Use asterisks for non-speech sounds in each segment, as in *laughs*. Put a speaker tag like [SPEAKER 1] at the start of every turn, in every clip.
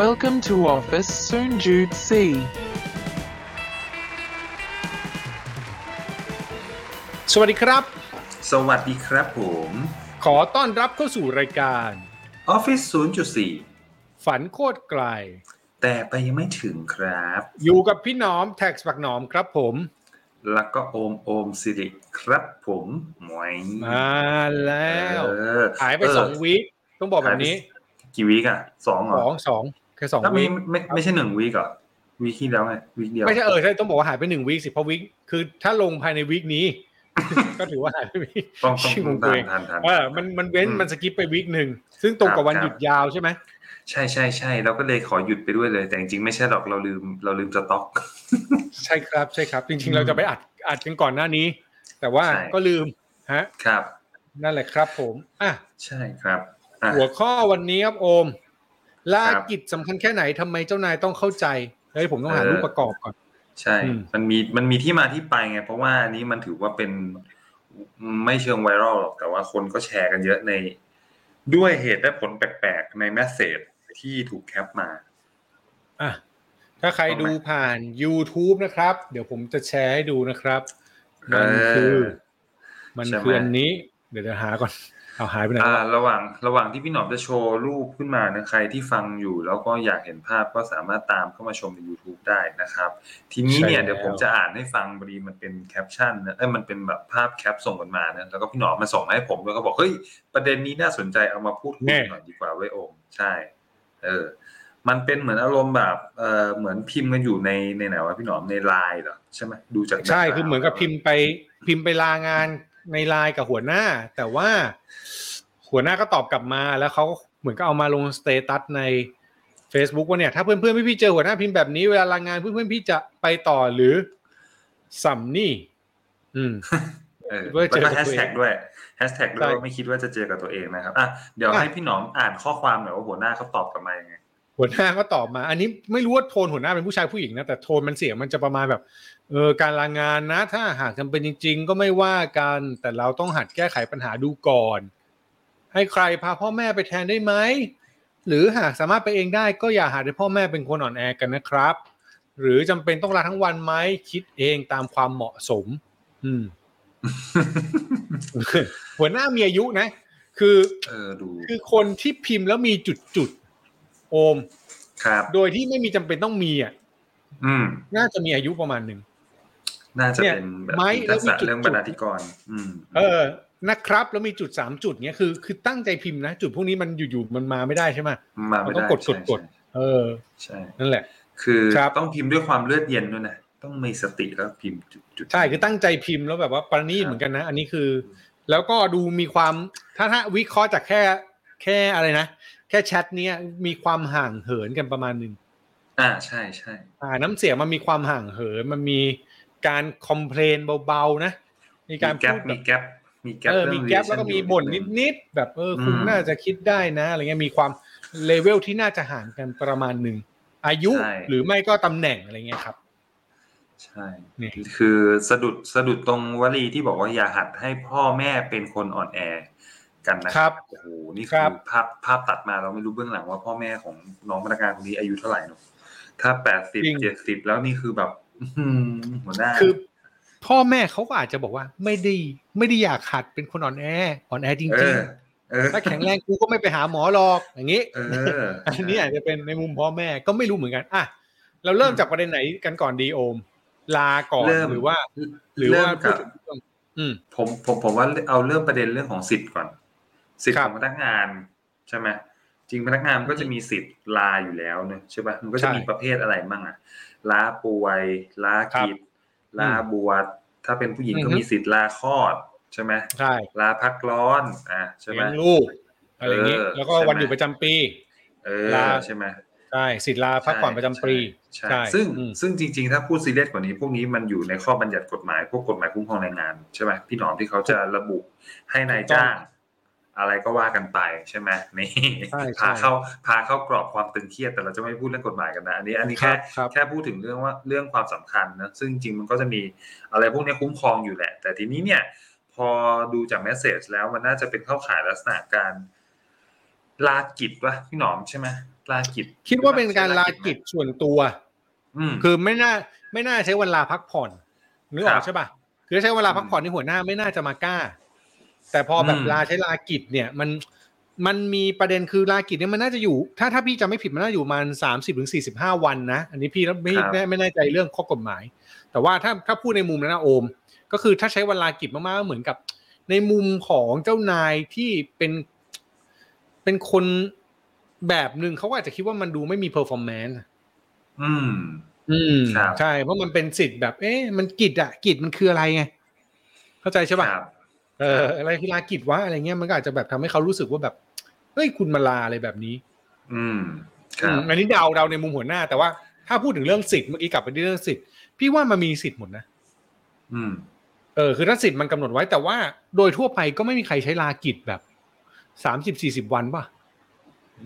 [SPEAKER 1] Welcome to office Soonjoot C.
[SPEAKER 2] สวัสดีครับ
[SPEAKER 3] สวัสดีครับผม
[SPEAKER 2] ขอต้อนรับเข้าสู่รายการ
[SPEAKER 3] Office 0.4
[SPEAKER 2] ฝันโคตรไกล
[SPEAKER 3] แต่ไปยังไม่ถึงครับ
[SPEAKER 2] อยู่กับพี่หน้อมแท็กสักหนอมครับผม
[SPEAKER 3] แล้วก็โอมโอมสิริครับผมหมวย
[SPEAKER 2] มาแล้ว
[SPEAKER 3] เออ
[SPEAKER 2] หายไป
[SPEAKER 3] เ
[SPEAKER 2] สองวีคต้องบอกแบบนี้
[SPEAKER 3] กี่วีกอะสองเหร
[SPEAKER 2] ส
[SPEAKER 3] อ
[SPEAKER 2] องสองแค่สอง
[SPEAKER 3] ถ้า
[SPEAKER 2] วี
[SPEAKER 3] ไม่
[SPEAKER 2] ค
[SPEAKER 3] ไม่ไม่ใช่หนึ่งวีกเหรอวีคที่แล้วไงวีคเดียว
[SPEAKER 2] ไม่ใช่เออใช่ต้องบอกว่าหายไปหนึ่งวีคสิเพราะวีคคือถ้าลงภายในวีคนี้ ก็ถือว่าหายไปวีค
[SPEAKER 3] ต้อง
[SPEAKER 2] ชื่อขอ
[SPEAKER 3] ต้อง ง
[SPEAKER 2] ตัว
[SPEAKER 3] ตา
[SPEAKER 2] เอ
[SPEAKER 3] ม
[SPEAKER 2] ง
[SPEAKER 3] ทันทัน
[SPEAKER 2] เออมันมันเว้น
[SPEAKER 3] อืม
[SPEAKER 2] มันสกิปไปวีคหนึ่งซึ่งตรงกับวัน
[SPEAKER 3] ครับ
[SPEAKER 2] หยุดยาวใช่ไหม
[SPEAKER 3] ใช่ใช่ใช่เราก็เลยขอหยุดไปด้วยเลย แต่จริงๆไม่ใช่หรอกเราลืมเราลืมสต็อก *laughs*
[SPEAKER 2] ใช่ครับใช่ครับ จริง
[SPEAKER 3] อื
[SPEAKER 2] ๆ
[SPEAKER 3] ม
[SPEAKER 2] เราจะไปอัดอัดกันก่อนหน้านี้ แต่ว่า
[SPEAKER 3] ใช่
[SPEAKER 2] ก็ลืมฮะ
[SPEAKER 3] ครับ
[SPEAKER 2] นั่นแหละครับผมอ่ะ
[SPEAKER 3] ใช่ครับอ่ะ
[SPEAKER 2] หัวข้อวันนี้ครับโอมลา
[SPEAKER 3] ครับ
[SPEAKER 2] กิจสำคัญแค่ไหนทำไมเจ้านายต้องเข้าใจ เฮ้ย ผมต้องหา
[SPEAKER 3] เออ
[SPEAKER 2] รูปประกอบก่อน
[SPEAKER 3] ใช่
[SPEAKER 2] อืม
[SPEAKER 3] มันมี มันมีที่มาที่ไปไง เพราะว่าอันนี้มันถือว่าเป็นไม่เชิงไวรัลหรอก แต่ว่าคนก็แชร์กันเยอะใน ด้วยเหตุและผลแปลกๆ ในแมสเซจที่ถูกแคปมา
[SPEAKER 2] อ่ะถ้าใครดูผ่าน YouTube นะครับ เดี๋ยวผมจะแชร์ให้ดูนะครับ มันคือ
[SPEAKER 3] เออ
[SPEAKER 2] มัน
[SPEAKER 3] ใช่ไหม
[SPEAKER 2] คืออันนี้ เดี๋ยวเดี๋ยวหาก่อน เอาหายไปไหน
[SPEAKER 3] อ่าว
[SPEAKER 2] ะ
[SPEAKER 3] ระหว่าง ระหว่างที่พี่หนอมจะโชว์รูปขึ้นมานะใครที่ฟังอยู่ แล้วก็อยากเห็นภาพก็สามารถตามเข้ามาชมใน YouTube ได้นะครับ ทีนี้เนี่ยเดี๋ยวผมจะอ่านให้ฟังพอดีมันเป็นแคปชั่นนะเอ้ยมันเป็นแบบภาพแคปส่งกันมานะแล้วก็พี่หนอมมาส่งมาให้ผมแล้วยก็บอกเฮ้ยประเด็นนี้น่าสนใจเอามาพูดคุยหน่อยดีกว่าเว้ยโอมใช่ เออ มันเป็นเหมือนอารมณ์แบบเออเหมือนพิมพ์กันอยู่ในในไหนวะพี่หนอมในไลน์เหรอใช่ไหมดูจาก
[SPEAKER 2] ใช่คือเหมือนกับพิมพ์ไปพิมพ์ไปลางานในไลน์กับหัวหน้า แต่ว่าหัวหน้าก็ตอบกลับมาแล้วเขาเหมือนก็เอามาลงสเตตัสใน Facebook ว่าเนี่ยถ้าเพื่อนๆพี่ๆเจอหัวหน้าพิมพ์แบบนี้เวลาลางานเพื่อนๆพี่จะไปต่อหรือสัมนี่ อืม
[SPEAKER 3] เออ
[SPEAKER 2] เพื่อ
[SPEAKER 3] แล้
[SPEAKER 2] เจอ
[SPEAKER 3] ว
[SPEAKER 2] กับ
[SPEAKER 3] ก็แฮช
[SPEAKER 2] ตัวเอง
[SPEAKER 3] แท็กด้วยแฮชแท็กด้วย
[SPEAKER 2] ใช่
[SPEAKER 3] ว่าไม่คิดว่าจะเจอกับตัวเองนะครับอ่ะเดี๋ยว
[SPEAKER 2] อ่ะ
[SPEAKER 3] ให้พี่หนอมอ่านข้อความหน่อยว่าหัวหน้าเขาตอบกลับมายังไง
[SPEAKER 2] หัวหน้าก็ตอบมา อันนี้ไม่รู้ว่าโทนหัวหน้าเป็นผู้ชายผู้หญิงนะ แต่โทนมันเสียงมันจะประมาณแบบ เออการลางงานนะ ถ้าหากจำเป็นจริง ๆ ก็ไม่ว่ากัน แต่เราต้องหัดแก้ไขปัญหาดูก่อน ให้ใครพาพ่อแม่ไปแทนได้ไหม หรือหากสามารถไปเองได้ก็อย่าหาให้พ่อแม่เป็นคนอ่อนแอกันนะครับ หรือจำเป็นต้องลาทั้งวันไหมคิดเองตามความเหมาะสม อืม *laughs* หัวหน้ามีอายุนะ คือ
[SPEAKER 3] เออดู
[SPEAKER 2] คือคนที่พิมพ์แล้วมีจุดจุดๆโอม
[SPEAKER 3] ครับ
[SPEAKER 2] โดยที่ไม่มีจำเป็นต้องมีอ่ะ
[SPEAKER 3] อืม
[SPEAKER 2] น่าจะมีอายุประมาณหนึ่ง
[SPEAKER 3] น่าจะ
[SPEAKER 2] เนี่ย
[SPEAKER 3] เป็นแบบ
[SPEAKER 2] ไม้
[SPEAKER 3] ทัก
[SPEAKER 2] แล้วมี
[SPEAKER 3] ษะ
[SPEAKER 2] จุด
[SPEAKER 3] เรื่องบรรณาธิการอืม
[SPEAKER 2] เออนะครับ แล้วมีจุดสามจุดเนี้ยคือคือตั้งใจพิมพ์นะ จุดพวกนี้มันอยู่ๆมันมาไม่ได้ใช่ไหม
[SPEAKER 3] มาไม่
[SPEAKER 2] มัน
[SPEAKER 3] ได้
[SPEAKER 2] ต้องกด
[SPEAKER 3] ใช่
[SPEAKER 2] กด เออ
[SPEAKER 3] ใช่ใช่
[SPEAKER 2] นั่นแหละ
[SPEAKER 3] คือ
[SPEAKER 2] ครับ
[SPEAKER 3] ต้องพิมพ์ด้วยความเลือดเย็นด้วยนะต้องมีสติแล้วพิมพ์จุดๆ
[SPEAKER 2] ใช่คือตั้งใจพิมพ์แล้วแบบว่าประณีต
[SPEAKER 3] ครับ
[SPEAKER 2] เหมือนกันนะ อันนี้คือ แล้วก็ดูมีความถ้าถ้าวิเคราะห์จากแค่แค่อะไรนะ แค่แชทเนี้ยมีความห่างเหินกันประมาณหนึ่ง
[SPEAKER 3] อ่าใช่ใช่
[SPEAKER 2] อ่าน้ำเสียงมันมีความห่างเหินมันมีการคอมเพลนเบาๆนะมีการ
[SPEAKER 3] มีแกล
[SPEAKER 2] พูดแบบ
[SPEAKER 3] มีแกลมีแกล
[SPEAKER 2] เออมีแก๊ปแล้วก็มีบ่นนิดๆแบบเออคุณ
[SPEAKER 3] อืม
[SPEAKER 2] น่าจะคิดได้นะอะไรเงี้ยมีความเลเวลที่น่าจะห่างกันประมาณหนึ่งอายุหรือไม่ก็ตำแหน่งอะไรเงี้ยครับ
[SPEAKER 3] ใช่
[SPEAKER 2] นี่
[SPEAKER 3] คือสะดุดสะดุดตรงวลีที่บอกว่าอย่าหัดให้พ่อแม่เป็นคนอ่อนแอกันนะครับ โอ้โหนี่
[SPEAKER 2] ค
[SPEAKER 3] คื
[SPEAKER 2] รั
[SPEAKER 3] อบ ภาพภาพตัดมาเราไม่รู้เบื้องหลังว่าพ่อแม่ของน้องพนักงานคนนี้อายุเท่าไหร่เนอะถ้าแปดสิบเจ็ดสิบแล้วนี่คือแบบ อื้อหือหัวหน้า
[SPEAKER 2] คือ พ่อแม่เขาก็อาจจะบอกว่าไม่ได้ไม่ได้อยากหัดเป็นคนอ่อนแออ่อนแอจ
[SPEAKER 3] เอ
[SPEAKER 2] ริง
[SPEAKER 3] อเออ
[SPEAKER 2] ๆถ้าแข็งแรงกูก็ไม่ไปหาหมอหรอกอย่างนี้
[SPEAKER 3] เออ
[SPEAKER 2] อันนี้อาจจะเป็นในมุมพ่อแม่ก็ไม่รู้เหมือนกันอ่ะเราเริ่มจากประเด็นไหนกันก่อนดีโอม ลาก่อนหรือว่า หรือว่า
[SPEAKER 3] เม
[SPEAKER 2] พู
[SPEAKER 3] กั
[SPEAKER 2] ด
[SPEAKER 3] บ
[SPEAKER 2] ถึงเรื่องอืม
[SPEAKER 3] ผมผมผมว่าเอาเรื่องประเด็นเรื่องของสิทธิ์ก่อน สิทธิ์
[SPEAKER 2] ครั
[SPEAKER 3] ข
[SPEAKER 2] บ
[SPEAKER 3] องพนักงานใช่ไหมจริงพนักงานก็จะมีสิทธิ์ลาอยู่แล้วเนอะใช่ปะมันก็จะ
[SPEAKER 2] ใช่
[SPEAKER 3] มีประเภทอะไรบ้างอะลาป่วย ลากิจลาบวชถ้าเป็นผู้หญิง
[SPEAKER 2] อือฮึ
[SPEAKER 3] ก็มีสิทธิ์ลาคลอดใช่ไหม
[SPEAKER 2] ใช่
[SPEAKER 3] ลาพักร้อนอ่ะใช่ไหม
[SPEAKER 2] เลี้ยงลูกอะไรอย่างนี้
[SPEAKER 3] เออ
[SPEAKER 2] แล้วก็
[SPEAKER 3] ใช่ไหม
[SPEAKER 2] วันหยุดประจำปี
[SPEAKER 3] เออ
[SPEAKER 2] ลา
[SPEAKER 3] ใช่ไหม
[SPEAKER 2] ใช่สิทธิ์ลาพักผ่อนประจำปี
[SPEAKER 3] ใช่
[SPEAKER 2] ใช่
[SPEAKER 3] ใช่ซึ่ง
[SPEAKER 2] อืม
[SPEAKER 3] ซึ่งจริงๆ ถ้าพูดซีเรียสกว่านี้ พวกนี้มันอยู่ในข้อบัญญัติกฎหมายพวกกฎหมายคุ้มครองแรงงานใช่ไหมพี่หนอมที่เขาจะระบุให้นายจ้าง อะไรก็ว่ากันไปใช่ไหมนี่
[SPEAKER 2] ใช่ใช่
[SPEAKER 3] พาเข้าพาเข้ากรอบความตึงเครียดแต่เราจะไม่พูดเรื่องกฎหมายกันนะอันนี้อันนี้
[SPEAKER 2] ครั
[SPEAKER 3] แค่
[SPEAKER 2] บครับ
[SPEAKER 3] แค่พูดถึงเรื่องว่าเรื่องความสำคัญนะซึ่งจริงๆมันก็จะมีอะไรพวกนี้คุ้มครองอยู่แหละ แต่ทีนี้เนี่ย พอดูจากแมสเซจแล้วมันน่าจะเป็นเข้าข่ายลักษณะการ ลากิจวะพี่หนอมใช่ไหมลากิจ
[SPEAKER 2] คิดว่าเป็นการลากิจส่วนตัว
[SPEAKER 3] อืม
[SPEAKER 2] คือไม่น่าไม่น่าใช้เวลาพักผ่อนนึกออ
[SPEAKER 3] ครั
[SPEAKER 2] ก
[SPEAKER 3] บ
[SPEAKER 2] ใช่ป่ะคือถ้าใช้เวลาพักผ่อนในหัวหน้าไม่น่าจะมากล้า แต่พอแบบ
[SPEAKER 3] อืม
[SPEAKER 2] ลาใช้ลากิจเนี่ยมันมันมีประเด็นคือลากิจเนี่ยมันน่าจะอยู่ ถ้าถ้าพี่จำไม่ผิดมันน่าอยู่ประมาณสามสิบถึงสี่สิบห้าวันนะ อันนี้พี่ไม่ไม่ไม่ไม่แน่ใจเรื่องข้อกฎหมาย แต่ว่าถ้าถ้าพูดในมุมนั้นนะโอม ก็คือถ้าใช้เวลากิจมากๆก็เหมือนกับ ในมุมของเจ้านายที่เป็นเป็นคนแบบหนึ่งเขาก็อาจจะคิดว่ามันดูไม่มีเพอร์ฟอร์แมนซ์
[SPEAKER 3] อืม
[SPEAKER 2] อืม
[SPEAKER 3] ครับ
[SPEAKER 2] ใช่เพราะมันเป็นสิทธิ์แบบ เอ๊ะมันกิจอะกิจมันคืออะไรไงเข้าใจใช่ป่ะ
[SPEAKER 3] ครับ
[SPEAKER 2] เอออะไรคือลากิจวะอะไรเงี้ยมันก็อาจจะแบบทำให้เขารู้สึกว่าแบบเฮ้ยคุณมาลาอะไรแบบนี้
[SPEAKER 3] อืม ค
[SPEAKER 2] อื
[SPEAKER 3] รับ
[SPEAKER 2] มอันนี้เดาเดาในมุมหัวหน้า แต่ว่าถ้าพูดถึงเรื่องสิทธิ์เมื่อกี้กลับไปที่เรื่องสิทธิ์พี่ว่ามันมีสิทธิ์หมดนะ
[SPEAKER 3] อืม
[SPEAKER 2] เออคือถ้าสิทธิ์มันกำหนดไว้แต่ว่าโดยทั่วไปก็ไม่มีใครใช้ลากิจแบบสามสิบสี่สิบวันป่ะ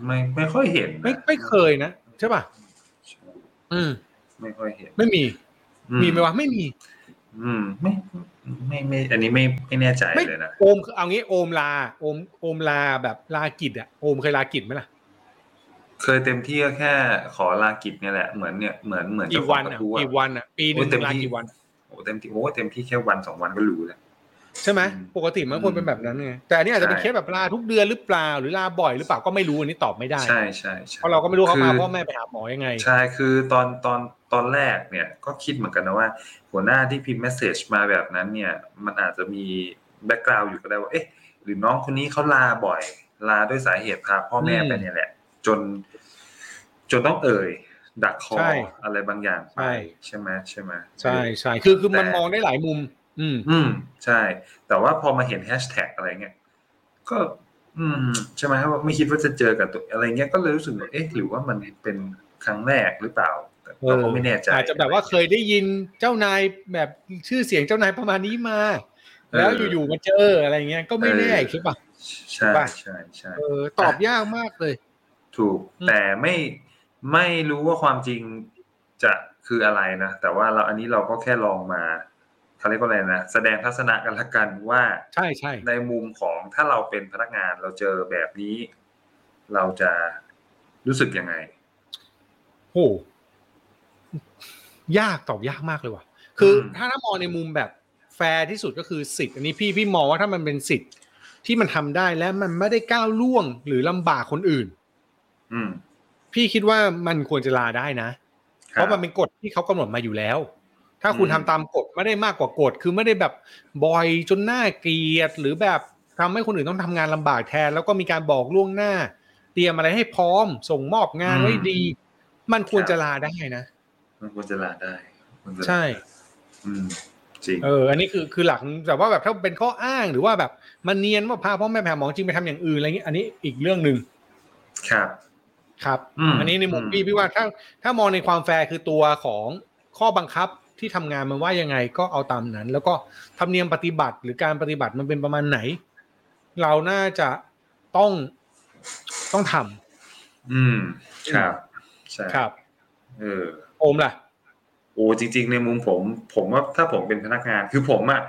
[SPEAKER 3] ไม่ไม่ค่อยเห็นนะ
[SPEAKER 2] ไม่ไม่เคยนะใช่ป่ะอืม
[SPEAKER 3] ไม่ค่อยเห็น
[SPEAKER 2] ไม่มี
[SPEAKER 3] อื
[SPEAKER 2] มีไหมวะไม่มี
[SPEAKER 3] อืมไม่ไม่ไม่ อันนี้ไม่ไม่แน่ใจ
[SPEAKER 2] ไม่
[SPEAKER 3] เลยนะ
[SPEAKER 2] โอมคือเอางี้โอมลาโอมโอมลาแบบลากิจอะโอมเคยลากิจไหมล่ะ
[SPEAKER 3] เคยเต็มที่ก็แค่ขอลากิจเนี่ยแหละเหมือนเนี่ยเหมือนเหมือนเจ้า
[SPEAKER 2] กี่
[SPEAKER 3] ขอ
[SPEAKER 2] วั
[SPEAKER 3] ง
[SPEAKER 2] น
[SPEAKER 3] ก
[SPEAKER 2] อ่ะ
[SPEAKER 3] ระทู้อะ
[SPEAKER 2] กี่วันอ่ะปีหนึ่ง
[SPEAKER 3] โอ้ยเต็ม
[SPEAKER 2] ลา
[SPEAKER 3] ที่
[SPEAKER 2] กี่วัน
[SPEAKER 3] โอ้เต็มที่โอ้เต็มที่แค่วันสองวันก็รู้แล้ว
[SPEAKER 2] ใช่ไหม
[SPEAKER 3] อืม
[SPEAKER 2] ปกติมันควรเป็นแบบนั้นไงแต่อันนี้อาจจะเป็น
[SPEAKER 3] ใช่
[SPEAKER 2] เคสแบบลาทุกเดือนหรือเปล่าหรือลาบ่อยหรือเปล่าก็ไม่รู้อันนี้ตอบไม่ได้
[SPEAKER 3] ใช่ใช่ใช่
[SPEAKER 2] เพราะเราก็ไม่รู้เขาพา
[SPEAKER 3] คือ
[SPEAKER 2] พ่อแม่ไปหาหมอยังไง
[SPEAKER 3] ใช่ คือตอนตอนตอนแรกเนี่ยก็คิดเหมือนกันนะว่า หัวหน้าที่พิมพ์เมสเซจมาแบบนั้นเนี่ย มันอาจจะมีแบ็กกราวด์อยู่ก็ได้ว่า เอ๊ะ หรือน้องคนนี้เขาลาบ่อย ลาด้วยสาเหตุพาพ่อแม่ไป
[SPEAKER 2] อืม
[SPEAKER 3] เนี่ยแหละ จน จนต้องเอ่ย ดักคอ
[SPEAKER 2] ใช่
[SPEAKER 3] อะไรบางอย่างไป
[SPEAKER 2] ใช่
[SPEAKER 3] ใช่ไหมใช่ไหม
[SPEAKER 2] ใช่ใช่คือคือมัน
[SPEAKER 3] แต่
[SPEAKER 2] มองได้หลายมุม อืม
[SPEAKER 3] อืมใช่ แต่ว่าพอมาเห็นแฮชแท็กอะไรเงี้ยก็ อืม ใช่ไหมว่าไม่คิดว่าจะเจอกับตัวอะไรเงี้ยก็เลยรู้สึกว่าเอ๊ะหรือว่ามันเป็นครั้งแรกหรือเปล่าแต่เราก็ไม่แน่ใจ
[SPEAKER 2] อาจจะแบบว่าเคยได้ยินเจ้านายแบบชื่อเสียงเจ้านายประมาณนี้มา
[SPEAKER 3] เออ
[SPEAKER 2] แล้วอยู่ๆมาเจออะไรเงี้ยก็ไม่แน่ใช่ปะ
[SPEAKER 3] ใช่
[SPEAKER 2] ป่ะ
[SPEAKER 3] ใช่ใช่
[SPEAKER 2] เออตอบยากมากเลย
[SPEAKER 3] ถูก
[SPEAKER 2] อืม
[SPEAKER 3] แต่ไม่ไม่รู้ว่าความจริงจะคืออะไรนะ แต่ว่าเราอันนี้เราก็แค่ลองมาเขาเรียกว่าอะไรนะ แสดงทัศนะกันละกันว่า
[SPEAKER 2] ใช่ใช่
[SPEAKER 3] ในมุมของถ้าเราเป็นพนักงานเราเจอแบบนี้ เราจะรู้สึกยังไง
[SPEAKER 2] โหยากตอบยากมากเลยว่ะ คืออ
[SPEAKER 3] ม
[SPEAKER 2] ถ้าถ้ามองในมุมแบบแฟร์ที่สุดก็คือสิทธิ์อันนี้พี่พี่มองว่าถ้ามันเป็นสิทธิ์ที่มันทำได้และมันไม่ได้ก้าวล่วงหรือลำบากคนอื่น
[SPEAKER 3] อืม
[SPEAKER 2] พี่คิดว่ามันควรจะลาได้นะเพ
[SPEAKER 3] ครับ
[SPEAKER 2] ราะมันเป็นกฎที่เขากำหนดมาอยู่แล้ว ถ้าคุณ
[SPEAKER 3] อืม
[SPEAKER 2] ทำตามกฎไม่ได้มากกว่ากฎคือไม่ได้แบบบ่อยจนหน้าเกลียดหรือแบบทำให้คนอื่นต้องทำงานลำบากแทน แล้วก็มีการบอกล่วงหน้า เตรียมอะไรให้พร้อม ส่งมอบงานไว้ดี มันควรจะลาได้นะ
[SPEAKER 3] มันควรจะลาได้ควรจะลา
[SPEAKER 2] ใช่
[SPEAKER 3] อืม จริง
[SPEAKER 2] เออ อันนี้คือคือหลักแต่ว่าแบบถ้าเป็นข้ออ้างหรือว่าแบบมันเนียนว่าพาพ่อแม่แผ่หมอจริงไปทำอย่างอื่นอะไรเงี้ยอันนี้อีกเรื่องหนึ่ง
[SPEAKER 3] ครับ
[SPEAKER 2] ครับ
[SPEAKER 3] อืม
[SPEAKER 2] นนี้ในมุม
[SPEAKER 3] อืม
[SPEAKER 2] พี่พี่ว่าถ้าถ้ามองในความแฟร์คือตัวของข้อบังคับที่ทำงานมันว่ายังไงก็เอาตามนั้น แล้วก็ธรรมเนียมปฏิบัติหรือการปฏิบัติมันเป็นประมาณไหน เราน่าจะต้องต้องทำ
[SPEAKER 3] อืม ครับ ใช่
[SPEAKER 2] ครับ
[SPEAKER 3] เออ
[SPEAKER 2] โอมล่ะ
[SPEAKER 3] โอ้จริง ๆ ในมุมผม ผมว่าถ้าผมเป็นพนักงานคือผมอะ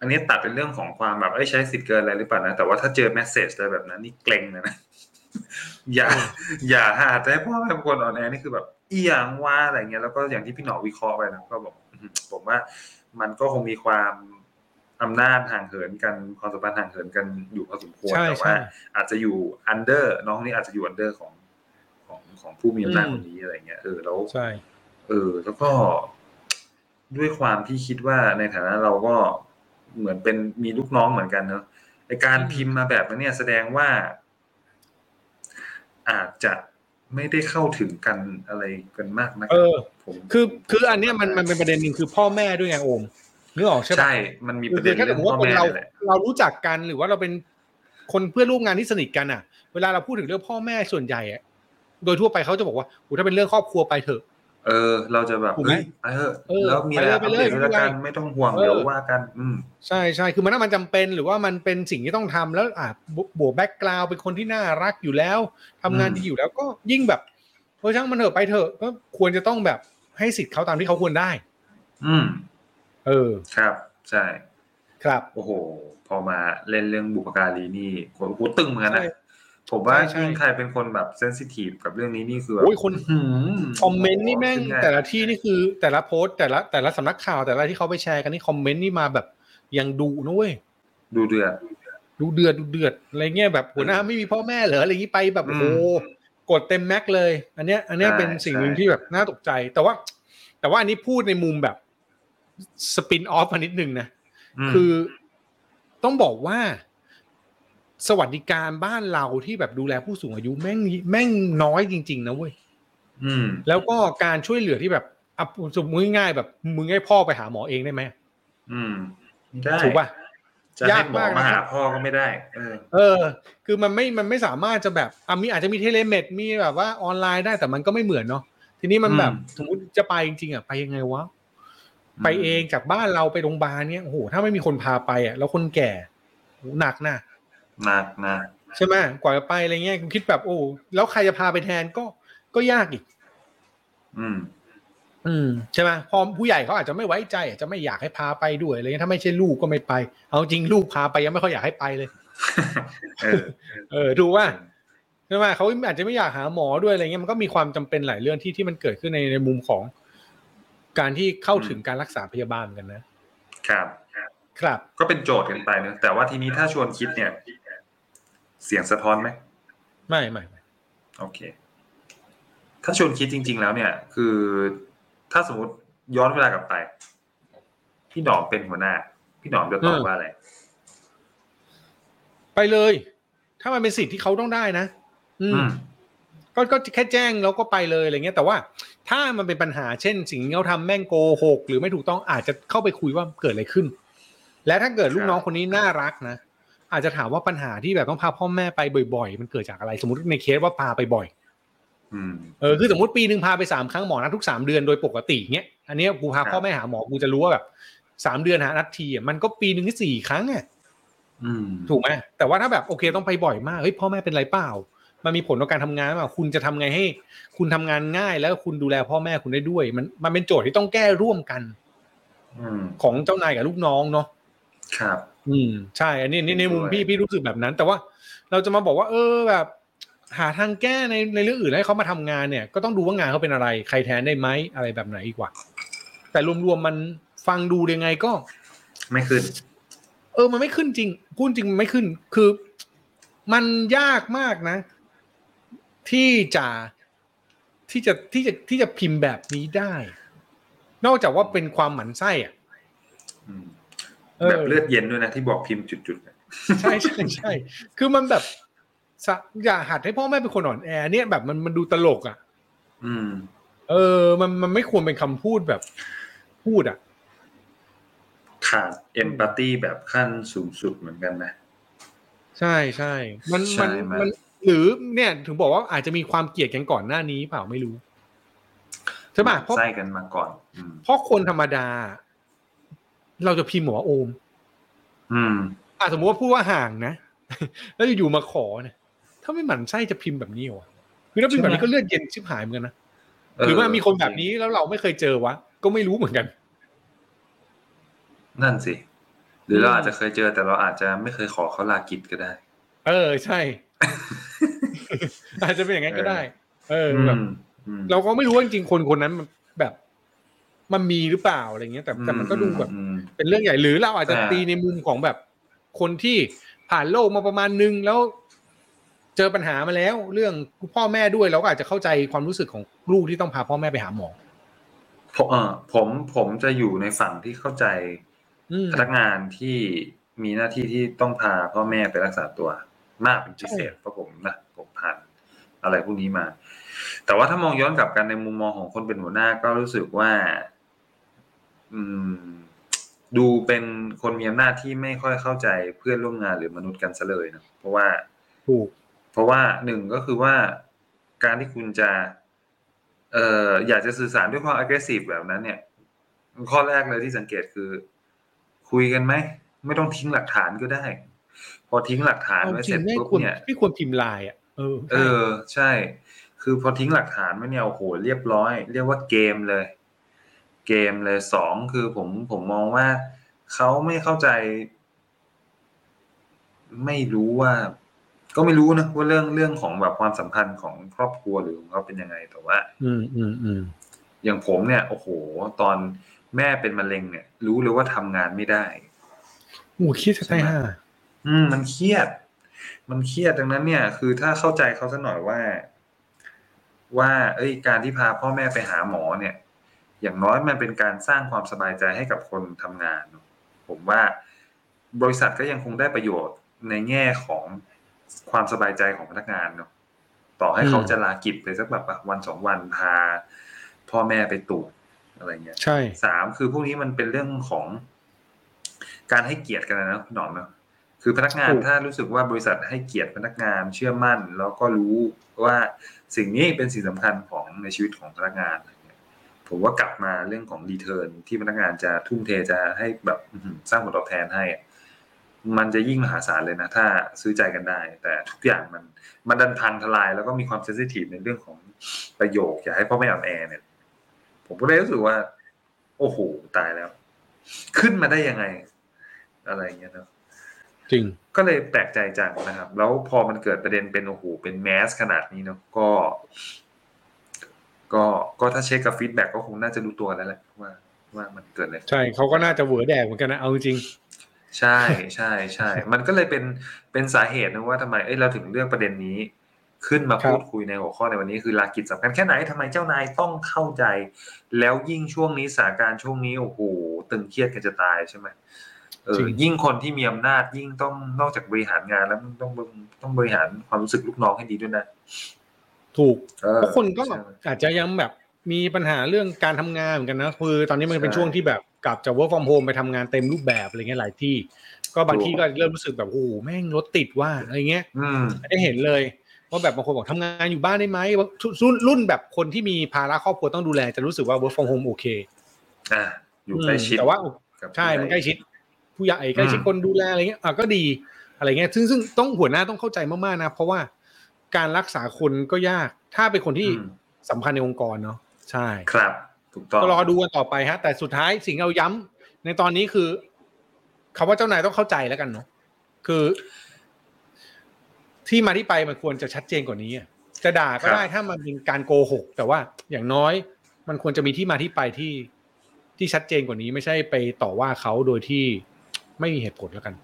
[SPEAKER 3] อันนี้ตัดเป็นเรื่องของความแบบเอ้ยใช้สิทธิ์เกินอะไรหรือเปล่านะแต่ว่าถ้าเจอแมสเซจอะไรแบบนั้นนี่เกรงเลยนะ *laughs* อย่า อย่าหาแต่พ่อแม่บางคนออนแอนี่คือแบบอีหยังว่าอะไรเงี้ยแล้วก็อย่างที่พี่หนอวิเคราะห์ไปนะก็บอกอื้อหือผมว่ามันก็คงมีความอำนาจห่างเหินกันความสัมพันธ์ห่างเหินกันอยู่พอสมควร
[SPEAKER 2] ใช่
[SPEAKER 3] แต่
[SPEAKER 2] ใช่
[SPEAKER 3] ว่า อาจจะอยู่อันเดอร์น้องนี่อาจจะอยู่อันเดอร์ของของของผู้มีอำนาจคนนี้อะไรเงี้ยเออแล้ว
[SPEAKER 2] ใช่
[SPEAKER 3] เออแล้วก็ด้วยความที่คิดว่าในฐานะเราก็เหมือนเป็นมีลูกน้องเหมือนกันเนอะไอการพิมพ์มาแบบนั้นเนี่ยแสดงว่า อาจจะไม่ได้เข้าถึงกันอะไรกันมากนะ
[SPEAKER 2] เออ
[SPEAKER 3] ผม
[SPEAKER 2] คือคืออันเนี้ยมันมันเป็นประเด็นหนึ่งคือพ่อแม่ด้วยไงโอมนึกออกใช่ปะ
[SPEAKER 3] ใช่ มันมีประเด็น
[SPEAKER 2] คือถ้าส
[SPEAKER 3] เรื่อ
[SPEAKER 2] ม
[SPEAKER 3] ง
[SPEAKER 2] มติ
[SPEAKER 3] พ่อ
[SPEAKER 2] ว่าคน
[SPEAKER 3] แม่
[SPEAKER 2] เรา
[SPEAKER 3] นี่แหละ
[SPEAKER 2] เรารู้จักกันหรือว่าเราเป็นคนเพื่อนร่วมงานที่สนิทกันอ่ะ เวลาเราพูดถึงเรื่องพ่อแม่ส่วนใหญ่อะโดยทั่วไปเขาจะบอกว่าอูถ้าเป็นเรื่องครอบครัวไปเถอะ
[SPEAKER 3] เออ เราจะแบบ
[SPEAKER 2] ถูกไหม
[SPEAKER 3] เฮ้ยไปเถอะ
[SPEAKER 2] เออ
[SPEAKER 3] แล้วมีอะไร
[SPEAKER 2] ไป
[SPEAKER 3] อัป
[SPEAKER 2] เล
[SPEAKER 3] เด
[SPEAKER 2] ย
[SPEAKER 3] ต
[SPEAKER 2] ไปเลย
[SPEAKER 3] แล้วกัน
[SPEAKER 2] ไม่เป็นไร
[SPEAKER 3] ไม่ต้องห่วง
[SPEAKER 2] เออ
[SPEAKER 3] เดี๋ยวว่ากัน อืม
[SPEAKER 2] ใช่ใช่คือมันถ้ามันจำเป็นหรือว่ามันเป็นสิ่งที่ต้องทำแล้วอ่ะบวบวกแบ็กกราวเป็นคนที่น่ารักอยู่แล้วทำงาน
[SPEAKER 3] อืม
[SPEAKER 2] ดีอยู่แล้วก็ยิ่งแบบเพราะช่างมันเถอะไปเถอะก็ควรจะต้องแบบให้สิทธิ์เขาตามที่เขาควรได้
[SPEAKER 3] อืม
[SPEAKER 2] เออ
[SPEAKER 3] ครับ ใช่
[SPEAKER 2] ครับ
[SPEAKER 3] โอ้โห พอมาเล่นเรื่องบุปการีนี่โหตึงเหมือนกันนะ
[SPEAKER 2] ใช่
[SPEAKER 3] ผมว่า
[SPEAKER 2] ใช่ใช่
[SPEAKER 3] ยิ่งใครเป็นคนแบบเซนซิทีฟกับเรื่องนี้นี่คือแบบ
[SPEAKER 2] โอ้ยคน
[SPEAKER 3] หื
[SPEAKER 2] คอมเมนต์นี่แม่ง
[SPEAKER 3] ขึ้นง่าย
[SPEAKER 2] แต่ละที่นี่คือแต่ละโพสต์แต่ละแต่ละสำนักข่าวแต่ละที่เขาไปแชร์กันนี่คอมเมนต์นี่มาแบบยังดูนะเว้ย
[SPEAKER 3] ดูเดือด
[SPEAKER 2] ดูเดือดดูเดือดอะไรเงี้ยแบบหัวหน้าไม่มีพ่อแม่เหรออะไรอย่างนี้ไปแบบ
[SPEAKER 3] อื
[SPEAKER 2] โอ้โห
[SPEAKER 3] ม
[SPEAKER 2] กดเต็มแม็กเลย อันเนี้ย อันเนี้ย
[SPEAKER 3] ใช่
[SPEAKER 2] เป็นสิ่งหนึ่ง
[SPEAKER 3] ใช่
[SPEAKER 2] ที่แบบน่าตกใจ แต่ว่า แต่ว่าอันนี้พูดในมุมแบบสปินออฟมานิดนึงนะ
[SPEAKER 3] ม
[SPEAKER 2] คือต้องบอกว่า สวัสดิการบ้านเราที่แบบดูแลผู้สูงอายุแม่งแม่งน้อยจริง ๆ นะเว้ย
[SPEAKER 3] อืม
[SPEAKER 2] แล้วก็การช่วยเหลือที่แบบอ่ะสมมติง่ายๆแบบมึงให้พ่อไปหาหมอเองได้ไหม
[SPEAKER 3] อืมได้
[SPEAKER 2] ถูกป่ะ
[SPEAKER 3] จะ
[SPEAKER 2] ยาก
[SPEAKER 3] ให้หมอ
[SPEAKER 2] มากนะ
[SPEAKER 3] มาหาพ่อก็ไม่ได้ เออ
[SPEAKER 2] เออ คือมันไม่ มันไม่สามารถจะแบบอ่ะมีอาจจะมีเทเลเมดมีแบบว่าออนไลน์ได้แต่มันก็ไม่เหมือนเนาะ ทีนี้มัน
[SPEAKER 3] อืม
[SPEAKER 2] แบบสมมติจะไปจริงๆอ่ะไปยังไงวะ ไปเองจากบ้านเราไปโรงพยาบาลเนี่ย โอ้โห ถ้าไม่มีคนพาไปอ่ะ แล้วคนแก่โอ้โหหนักนะ
[SPEAKER 3] หนักนะ
[SPEAKER 2] ใช่ไหมกว่าจะไปอะไรเงี้ยคุณคิดแบบโอ้ แล้วใครจะพาไปแทนก็ ก็ยากอีก
[SPEAKER 3] อื
[SPEAKER 2] *laughs*
[SPEAKER 3] ม
[SPEAKER 2] อืมใช่ไหมพอผู้ใหญ่เขาอาจจะไม่ไว้ใจอาจจะไม่อยากให้พาไปด้วยอะไรเงี้ยถ้าไม่ใช่ลูกก็ไม่ไป เอาจริงลูกพาไปยังไม่ค่อยอยากให้ไปเลย
[SPEAKER 3] เออ
[SPEAKER 2] เออดูว่า ใช่ไหมเขาอาจจะไม่อยากหาหมอด้วยอะไรเงี้ยมันก็มีความจำเป็นหลายเรื่องที่ที่มันเกิดขึ้นในในมุมของการที่เข้าถึงการรักษาพยาบาลกันนะ
[SPEAKER 3] ครับ
[SPEAKER 2] ครับ
[SPEAKER 3] ก็เป็นโจทย์กันไปเนอะแต่ว่าทีนี้ถ้าชวนคิดเนี่ย เสียงสะท้อนไหม
[SPEAKER 2] ไม่ไม่ไม่
[SPEAKER 3] โอเค ถ้าชวนคิดจริง ๆ แล้วเนี่ย คือถ้าสมมติย้อนเวลากลับไป พี่หนอมเป็นหัวหน้า พี่หนอมจะตอบว่าอะไร
[SPEAKER 2] ไปเลย ถ้ามันเป็นสิทธิ์ที่เขาต้องได้นะอื
[SPEAKER 3] อื
[SPEAKER 2] ม
[SPEAKER 3] ม
[SPEAKER 2] ก็ก็แค่แจ้งแล้วก็ไปเลยอะไรเงี้ยแต่ว่าถ้ามันเป็นปัญหาเช่น สิ่งที่เขาทำแม่งโกหกหรือไม่ถูกต้องอาจจะเข้าไปคุยว่าเกิดอะไรขึ้น และถ้าเกิดลูกน้องคนนี้น่ารักนะอาจจะถามว่าปัญหาที่แบบต้องพาพ่อแม่ไปบ่อยๆ มันเกิดจากอะไร สมมติในเคสว่าพาไปบ่อย
[SPEAKER 3] อืม
[SPEAKER 2] เออคือสมมติปีหนึ่งพาไปสามครั้งหมอนัดทุกสามเดือนโดยปกติเงี้ยอันเนี้ยกูพาพ่อแม่หาหมอกูจะรู้ว่าแบบสามเดือนหานัดทีอ่ะมันก็ปีหนึ่งที่สี่ครั้งอ่ะ
[SPEAKER 3] อืม
[SPEAKER 2] ถูกไหมแต่ว่าถ้าแบบโอเคต้องไปบ่อยมากเฮ้ยพ่อแม่เป็นไรเปล่า มันมีผลต่อการทำงานเปล่าคุณจะทำไงให้ คุณทำงานง่ายแล้วคุณดูแลพ่อแม่คุณได้ด้วย มันมันเป็นโจทย์ที่ต้องแก้ร่วมกัน
[SPEAKER 3] อืม
[SPEAKER 2] ของเจ้านายกับลูกน้องเนาะ
[SPEAKER 3] ครับ
[SPEAKER 2] อืมใช่ อันนี้ในในมุม
[SPEAKER 3] ด้วย
[SPEAKER 2] พี่พี่รู้สึกแบบนั้น แต่ว่าเราจะมาบอกว่า เออแบบ หาทางแก้ในในเรื่องอื่นให้เขามาทำงานเนี่ย ก็ต้องดูว่างานเขาเป็นอะไร ใครแทนได้ไหมอะไรแบบไหนดีกว่า แต่รวมๆมันฟังดูยังไงก็
[SPEAKER 3] ไม่ขึ้น
[SPEAKER 2] เออ มันไม่ขึ้นจริงพูดจริงมันไม่ขึ้น คือ มันยากมากนะ ที่จะที่จะที่จะที่จะพิมพ์แบบนี้ได้ นอกจากว่าเป็นความหมันไส้อะ *laughs*
[SPEAKER 3] อืม
[SPEAKER 2] เออ
[SPEAKER 3] แบบเลือดเย็นด้วยนะที่บอกพิมพ์จุดๆเนี่ย
[SPEAKER 2] ใช่ใช่ใช่ คือมันแบบสะอย่าหัดให้พ่อแม่เป็นคนอ่อนแอเนี่ยแบบมันมันดูตลกอ่ะ
[SPEAKER 3] อืม
[SPEAKER 2] เออ มันมันไม่ควรเป็นคำพูดแบบพูดอ่ะ
[SPEAKER 3] ขาดเอมพัตตีแบบขั้นสูงสุดเหมือนกันนะ
[SPEAKER 2] ใช่ใช่มันมั
[SPEAKER 3] ใช่
[SPEAKER 2] น
[SPEAKER 3] ไหม
[SPEAKER 2] มันหรือเนี่ยถึงบอกว่าอาจจะมีความเกลียดกันก่อนหน้านี้เปล่าไม่รู้ใช่ป่ะเพราะ
[SPEAKER 3] ไส้กันมาก่อน อืม
[SPEAKER 2] เพราะคนธรรมดา เราจะพิมพ์หมอโอม
[SPEAKER 3] อืม
[SPEAKER 2] อ่ะสมมติว่าพูดว่าห่างนะ *laughs* แล้วอยู่ๆมาขอเนี่ยถ้าไม่หมั่นไส้จะพิมพ์แบบนี้เหรอวะคือถ้าพิมพ์แบบนี้ก็เลือดเย็นชิบหายเหมือนกันนะ
[SPEAKER 3] เห
[SPEAKER 2] รือว่ามีคนแบบนี้แล้วเราไม่เคยเจอวะ ก็ไม่รู้เหมือนกัน
[SPEAKER 3] นั่นสิ หรือเรา
[SPEAKER 2] อืม
[SPEAKER 3] อาจจะเคยเจอแต่เราอาจจะไม่เคยขอเขาลากิจก็ได้
[SPEAKER 2] เออใช่ *laughs* อาจจะเป็นอย่างนั้นก็ได้ เออ
[SPEAKER 3] อื
[SPEAKER 2] แบบ
[SPEAKER 3] มอืม
[SPEAKER 2] เราก็ไม่รู้ว่าจริงๆคนคนนั้นมันแบบ มันมีหรือเปล่าอะไรเงี้ยแต่แต่มันก็ดูแบบ
[SPEAKER 3] อืม
[SPEAKER 2] เป็นเรื่องใหญ่หรือเราอาจจะ
[SPEAKER 3] อ่า
[SPEAKER 2] ตีในมุมของแบบ คนที่ผ่านโลกมาประมาณนึงแล้ว เจอปัญหามาแล้ว เรื่องพ่อแม่ด้วยเราก็อาจจะเข้าใจความรู้สึกของลูกที่ต้องพาพ่อแม่ไปหาหมอ
[SPEAKER 3] ผมเออผมผมจะอยู่ในฝั่งที่เข้าใจ
[SPEAKER 2] อืม
[SPEAKER 3] พนักงานที่มีหน้าที่ที่ต้องพาพ่อแม่ไปรักษาตัวมากเป็นพิเศษเพราะผมนะผมผ่านอะไรพวกนี้มา แต่ว่าถ้ามองย้อนกลับกันในมุมมองของคนเป็นหัวหน้าก็รู้สึกว่า อืม ดูเป็นคนมีอำนาจที่ไม่ค่อยเข้าใจเพื่อนร่วมงานหรือมนุษย์กันซะเลยนะเพราะว่า
[SPEAKER 2] ถูก
[SPEAKER 3] เพราะว่าหนึ่งก็คือว่าการที่คุณจะ เอ่ออยากจะสื่อสารด้วยความ aggressive แบบนั้น เนี่ย ข้อแรกเลยที่สังเกตคือ คุยกันไหม ไม่ต้องทิ้งหลักฐานก็ได้ พอทิ้งหลักฐาน
[SPEAKER 2] เอา
[SPEAKER 3] ไว้
[SPEAKER 2] จ
[SPEAKER 3] เส
[SPEAKER 2] ริ
[SPEAKER 3] ร็จ
[SPEAKER 2] งไม่
[SPEAKER 3] ปุ๊บ
[SPEAKER 2] ควร
[SPEAKER 3] เนี่ย
[SPEAKER 2] ไม่ควรพิมพ์ไลน์อ่ะเออ
[SPEAKER 3] เอ
[SPEAKER 2] ใช่
[SPEAKER 3] อ ใช่ คือพอทิ้งหลักฐานไว้เนี่ยโอ้โหเรียบร้อย เรียกว่าเกมเลย เกมเลยสองคือผมผมมองว่าเขาไม่เข้าใจ ไม่รู้ว่า ก็ไม่รู้นะว่าเรื่องเรื่องของแบบความสัมพันธ์ของครอบครัวหรือของเขาเป็นยังไงแต่ว่า
[SPEAKER 2] อืมอืมอืม
[SPEAKER 3] อย่างผมเนี่ยโอ้โห ตอนแม่เป็นมะเร็งเนี่ย รู้เลยว่าทำงานไม่ได้
[SPEAKER 2] โอ้คิดจะได้ห้า
[SPEAKER 3] อืมมันเครียด มันเครียดดังนั้นเนี่ย คือถ้าเข้าใจเขาสักหน่อยว่า ว่า เอ้ย การที่พาพ่อแม่ไปหาหมอเนี่ย อย่างน้อยมันเป็นการสร้างความสบายใจให้กับคนทำงานเนอะผมว่าบริษัทก็ยังคงได้ประโยชน์ในแง่ของความสบายใจของพนักงานเนอะต่อให้เขาจะลากิจไปสักแบบวันสองวันพา พ่อแม่ไปตรวจอะไรเงี้ย
[SPEAKER 2] ใช่
[SPEAKER 3] สามคือพวกนี้มันเป็นเรื่องของการให้เกียรติกันนะคุณหนอมเนอะคือพนักงาน
[SPEAKER 2] ถูก
[SPEAKER 3] ถ้ารู้สึกว่าบริษัทให้เกียรติพนักงานเชื่อมั่น แล้วก็รู้ว่าสิ่งนี้เป็นสิ่งสำคัญของในชีวิตของพนักงานอะไรเงี้ยผมว่ากลับมาเรื่องของรีเทิร์นที่พนักงานจะทุ่มเทจะให้แบบอื้อหือสร้างผลตอบแทนให้อะมันจะยิ่งมหาศาลเลยนะ ถ้าซื้อใจกันได้ แต่ทุกอย่างมันมันดันพังทลาย แล้วก็มีความเซนซิทีฟในเรื่องของประโยคอยากให้พ่อแม่อ่อนแอเนี่ย ผมก็เลยรู้สึกว่า โอ้โห ตายแล้ว ขึ้นมาได้ยังไง อะไรอย่างเงี้ยเนอะ
[SPEAKER 2] จริง
[SPEAKER 3] ก็เลยแปลกใจจังนะครับ แล้วพอมันเกิดประเด็นเป็นโอ้โหเป็นแมสขนาดนี้เนอะก็ ก็ก็ถ้าเช็คกับฟีดแบ็กก็คงน่าจะรู้ตัวแล้วแหละว่า ว่ามันเกิดอะไร
[SPEAKER 2] ใช่เขาก็น่าจะเหวอแดกเหมือนกันนะเอาจริง
[SPEAKER 3] ใช่ใช่ใช่ มันก็เลยเป็นเป็นสาเหตุนะว่าทำไมเอ้ยเราถึงเลือกประเด็นนี้ ขึ้นมา
[SPEAKER 2] ครั
[SPEAKER 3] พู
[SPEAKER 2] บ
[SPEAKER 3] ดคุยในหัวข้อในวันนี้คือลากิจสำคัญแค่ไหนทำไมเจ้านายต้องเข้าใจ แล้วยิ่งช่วงนี้สถานการณ์ช่วงนี้โอ้โหตึงเครียดกันจะตายใช่ไหมเอ
[SPEAKER 2] จริ
[SPEAKER 3] อง ยิ่งคนที่มีอำนาจยิ่งต้องนอกจากบริหารงานแล้วมึงต้องต้องต้องบริหารความรู้สึกลูกน้องให้ดีด้วยนะ
[SPEAKER 2] ถูก
[SPEAKER 3] เออ
[SPEAKER 2] ทุกคนก็
[SPEAKER 3] ใช่ไหม
[SPEAKER 2] อาจจะยังแบบมีปัญหาเรื่องการทำงานเหมือนกันนะคือตอนนี้มันเป็น
[SPEAKER 3] ใช่
[SPEAKER 2] ช่วงที่แบบกลับจาก work from home ไปทำงานเต็มรูปแบบอะไรเงี้ยหลายที่ ก็บาง
[SPEAKER 3] ถูก
[SPEAKER 2] ที่ก็เริ่มรู้สึกแบบโอ้โหแม่งรถติดว่าอะไรเงี้ย
[SPEAKER 3] อืม
[SPEAKER 2] ได้เห็นเลยว่าแบบบางคนบอกทำงานอยู่บ้านได้ไหมรุ่นรุ่นแบบคนที่มีภาระครอบครัวต้องดูแลจะรู้สึกว่า work from home โอเค
[SPEAKER 3] อ่ะอยู่ใกล้ชิด
[SPEAKER 2] แต่ว่า
[SPEAKER 3] กับ
[SPEAKER 2] ใช่ มันใกล้
[SPEAKER 3] ผู้
[SPEAKER 2] ชิด ผู้ใหญ่ใกล้ชิด
[SPEAKER 3] อืม
[SPEAKER 2] คนดูแลอะไรเงี้ยอ่ะก็ดีอะไรเงี้ย ซึ่งซึ่งต้องหัวหน้าต้องเข้าใจมากๆนะ เพราะว่าการรักษาคนก็ยาก ถ้าเป็นคนที่
[SPEAKER 3] อืม
[SPEAKER 2] สำคัญในองค์กรเนาะ ใช่
[SPEAKER 3] ครับ ถูกต้อง
[SPEAKER 2] ก็รอดูกันต่อไปฮะ แต่สุดท้ายสิ่งที่เราย้ำในตอนนี้คือคำว่าเจ้านายต้องเข้าใจแล้วกันเนาะ คือ ที่มาที่ไปมันควรจะชัดเจนกว่านี้อะจะด่าก็ได้
[SPEAKER 3] ครับ
[SPEAKER 2] ถ้ามันเป็นการโกหก แต่ว่าอย่างน้อยมันควรจะมีที่มาที่ไปที่ที่ชัดเจนกว่านี้ ไม่ใช่ไปต่อว่าเขาโดยที่ไม่มีเหตุผลแล้วกัน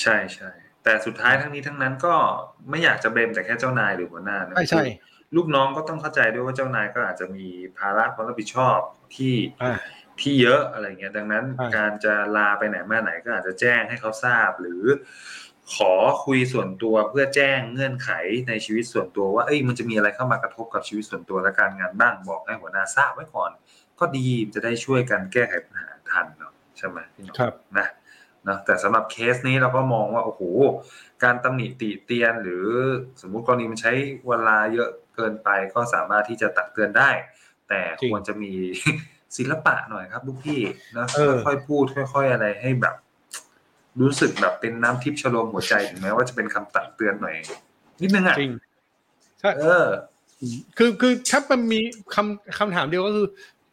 [SPEAKER 3] ใช่ใช่แต่สุดท้ายทั้งนี้ทั้งนั้นก็ไม่อยากจะเบมแต่แค่เจ้านายหรือหัวหน้านะ
[SPEAKER 2] ใช่ใช่
[SPEAKER 3] ลูกน้องก็ต้องเข้าใจด้วยว่าเจ้านายก็อาจจะมีภาระความรับผิดชอบที่
[SPEAKER 2] อ่า
[SPEAKER 3] ที่เยอะอะไรเงี้ยดังนั้น
[SPEAKER 2] อ่า
[SPEAKER 3] การจะลาไปไหนมาไหนก็อาจจะแจ้งให้เขาทราบ หรือขอคุยส่วนตัวเพื่อแจ้งเงื่อนไขในชีวิตส่วนตัวว่าเอ้ยมันจะมีอะไรเข้ามากระทบกับชีวิตส่วนตัวและการงานบ้างบอกให้หัวหน้าทราบไว้ก่อน ก็ดีจะได้ช่วยกันแก้ไขปัญหาทันเนาะใช่ไหมพี่หนุ่ม
[SPEAKER 2] ครับ
[SPEAKER 3] นะนะแต่สำหรับเคสนี้เราก็มองว่าโอ้โหการตำหนิติเตียน หรือสมมุติกรณีมันใช้เวลาเยอะเกินไปก็สามารถที่จะตักเตือนได้ แต่
[SPEAKER 2] จริง
[SPEAKER 3] ควรจะมี *laughs* ศิลปะหน่อยครับลูกพี่นะ
[SPEAKER 2] เออ
[SPEAKER 3] ค่อยๆพูดค่อย ๆ อะไรให้แบบ รู้สึกแบบเป็นน้ำทิพย์ชโลมหัวใจถึงแม้ว่าจะเป็นคำตักเตือนหน่อย นิดนึงอ่ะ
[SPEAKER 2] จริง ใช่
[SPEAKER 3] เออ
[SPEAKER 2] คือคือถ้ามันมีคำคำถามเดียวก็คือ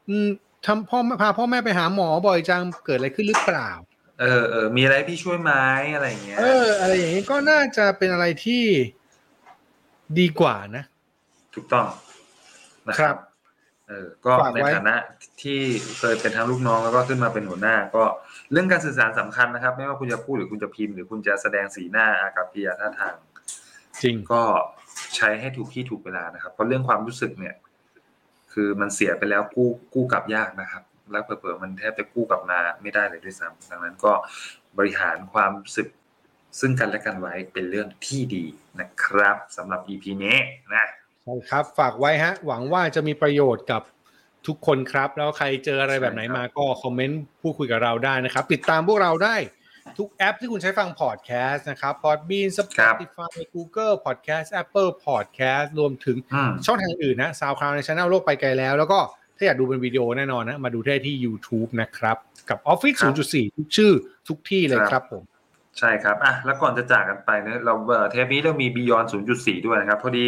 [SPEAKER 2] อืมทำพ่อแม่พาพ่อแม่ไปหาหมอบ่อยจังเกิดอะไรขึ้นหรือเปล่า
[SPEAKER 3] เออเออมีอะไรให้พี่ช่วยไหมอะไรอย่างเงี้ย
[SPEAKER 2] เออ อะไรอย่างนี้ก็น่าจะเป็นอะไรที่ดีกว่านะ
[SPEAKER 3] ถูกต้องนะค
[SPEAKER 2] ครั
[SPEAKER 3] รั
[SPEAKER 2] บบ
[SPEAKER 3] เออก็
[SPEAKER 2] ฝาก
[SPEAKER 3] ใน
[SPEAKER 2] ไว้
[SPEAKER 3] ฐานะที่เคยเป็นทั้งลูกน้องแล้วก็ขึ้นมาเป็นหัวหน้า ก็เรื่องการสื่อสารสำคัญนะครับ ไม่ว่าคุณจะพูดหรือคุณจะพิมพ์หรือคุณจะแสดงสีหน้าอากับกิริยาท่าทาง
[SPEAKER 2] จริง
[SPEAKER 3] ก็ใช้ให้ถูกที่ถูกเวลานะครับ เพราะเรื่องความรู้สึกเนี่ย คือมันเสียไปแล้วกู้กู้กลับยากนะครับ แล้วเผลอๆมันแทบจะกู้กลับมาไม่ได้เลยด้วยซ้ำดังนั้นก็บริหารความรู้สึกซึ่งกันและกันไว้เป็นเรื่องที่ดีนะครับสำหรับ EP นี้นะ
[SPEAKER 2] ใช่ครับ ฝากไว้ฮะ หวังว่าจะมีประโยชน์กับทุกคนครับ แล้วใครเจออะไรแบบไหนมาก็คอมเมนต์พูดคุยกับเราได้นะครับ ติดตามพวกเราได้ทุกแอปที่คุณใช้ฟังพอดแคสต์นะครับ Podbean
[SPEAKER 3] ครับ
[SPEAKER 2] Spotify Google Podcast Apple Podcast รวมถึง
[SPEAKER 3] อืม
[SPEAKER 2] ช่องทางอื่นนะ SoundCloud ในช anel โลกไปไกลแล้ว แล้วก็ถ้าอยากดูเป็นวิดีโอแน่นอนนะ มาดูได้ที่ YouTube นะครับ กับ Office
[SPEAKER 3] ครับ
[SPEAKER 2] 0.4 ทุกชื่อทุกที่เลย
[SPEAKER 3] ครับ
[SPEAKER 2] ครับผม
[SPEAKER 3] ใช่ครับ อ่ะ แล้วก่อนจะจากกันไปเนี่ยเราเอ่อเทปนี้เรามี Beyond 0.4 ด้วยนะครับ พอดี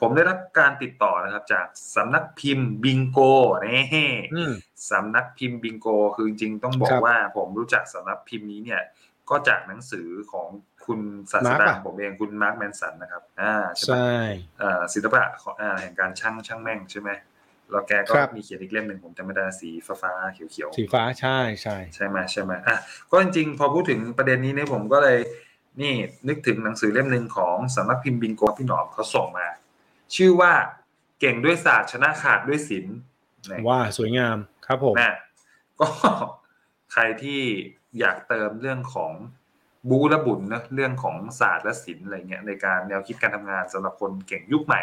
[SPEAKER 3] ผมได้รับการติดต่อนะครับจากสำนักพิมพ์บิงโกนี่
[SPEAKER 2] อืม
[SPEAKER 3] สำนักพิมพ์บิงโก คือจริงๆต้องบอ
[SPEAKER 2] ค
[SPEAKER 3] ก
[SPEAKER 2] รับ
[SPEAKER 3] ว่าผมรู้จักสำนักพิมพ์นี้เนี่ย ก็จากหนังสือของคุณศาสดาผมเองคุณมาร์คแมนสันนะครับ อ่าใช่ปะ
[SPEAKER 2] ใช่
[SPEAKER 3] เอ่อศิลปะของอ่าแห่งการช่างช่างแม่งใช่ไหมแล้วแกก็
[SPEAKER 2] ครับ
[SPEAKER 3] มีเขียนอีกเล่มหนึ่งผมจำไม่ได้สีฟ้าฟ้าๆเขียวเขียวๆ
[SPEAKER 2] สีฟ้าใช่ใช่
[SPEAKER 3] ใช่ไหมใช่ไหมอ่ะก็จริงๆ พอพูดถึงประเด็นนี้เนี่ยผมก็เลยนี่นึกถึงหนังสือเล่มหนึ่งของสำนักพิมพ์บิงโกพี่หนอมเขาส่งมา ชื่อว่าเก่งด้วยศาสตร์ชนะขาดด้วยศิลป์นะ
[SPEAKER 2] ว่าสวยงามครับผม
[SPEAKER 3] นะก็ ใครที่อยากเติมเรื่องของบูและบุญนะเรื่องของศาสตร์และศิลป์อะไรเงี้ยในการแนวคิดการทำงานสำหรับคนเก่งยุคใหม่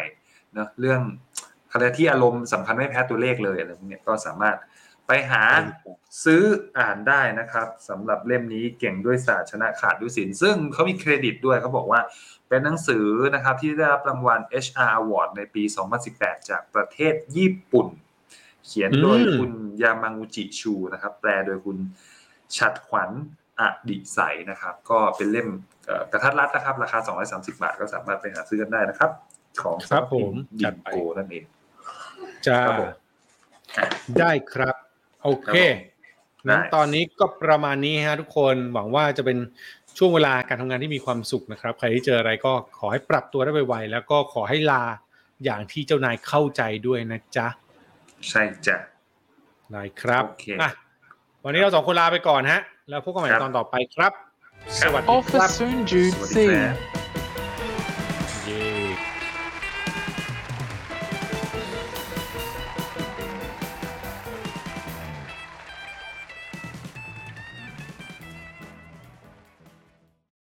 [SPEAKER 3] เนอะเรื่องคะแนนที่อารมณ์สำคัญไม่แพ้ตัวเลขเลยอะไรพวกเนี้ยก็สามารถไปหาซื้ออ่านได้นะครับสำหรับเล่มนี้เก่งด้วยศาสตร์ชนะขาดด้วยศิลป์ซึ่งเขามีเครดิตด้วยเขาบอกว่าเป็นหนังสือนะครับที่ได้รับรางวัล HR Award ในปี 2018 จากประเทศญี่ปุ่น เขียนโดย
[SPEAKER 2] อืม
[SPEAKER 3] คุณยามางูจิชูนะครับ แปลโดยคุณชัดขวัญอดิใสนะครับ ก็เป็นเล่มเอ่อกระทัดรัดนะครับ ราคา 230 บาท ก็สามารถไปหาซื้อกันได้นะครับ ของสำนักพิพ์
[SPEAKER 2] ค
[SPEAKER 3] บิ
[SPEAKER 2] รับ
[SPEAKER 3] ง
[SPEAKER 2] ผม
[SPEAKER 3] โกนั่นเอง
[SPEAKER 2] จ้า
[SPEAKER 3] ครับผมอ่ะ
[SPEAKER 2] ได้ครับ โอเค
[SPEAKER 3] ครับผม
[SPEAKER 2] นะ
[SPEAKER 3] ได้
[SPEAKER 2] ตอนนี้ก็ประมาณนี้ฮะทุกคนหวังว่าจะเป็นช่วงเวลาการทำงานที่มีความสุขนะครับ ใครที่เจออะไรก็ขอให้ปรับตัวได้ไวๆแล้วก็ขอให้ลาอย่างที่เจ้านายเข้าใจด้วยนะจ๊ะ
[SPEAKER 3] ใช่จ้ะ
[SPEAKER 2] ได้ครับ
[SPEAKER 3] โอเค
[SPEAKER 2] อ่ะวันนี้เราสองคนลาไปก่อนฮะ แล้วพบกันใหม่
[SPEAKER 3] ครับ
[SPEAKER 2] ตอนต่อไปครับ
[SPEAKER 3] ค
[SPEAKER 2] ส
[SPEAKER 3] รับ
[SPEAKER 2] วัสดีครับ
[SPEAKER 1] Officer Jude
[SPEAKER 3] สวัสดี
[SPEAKER 1] C.
[SPEAKER 3] ครับ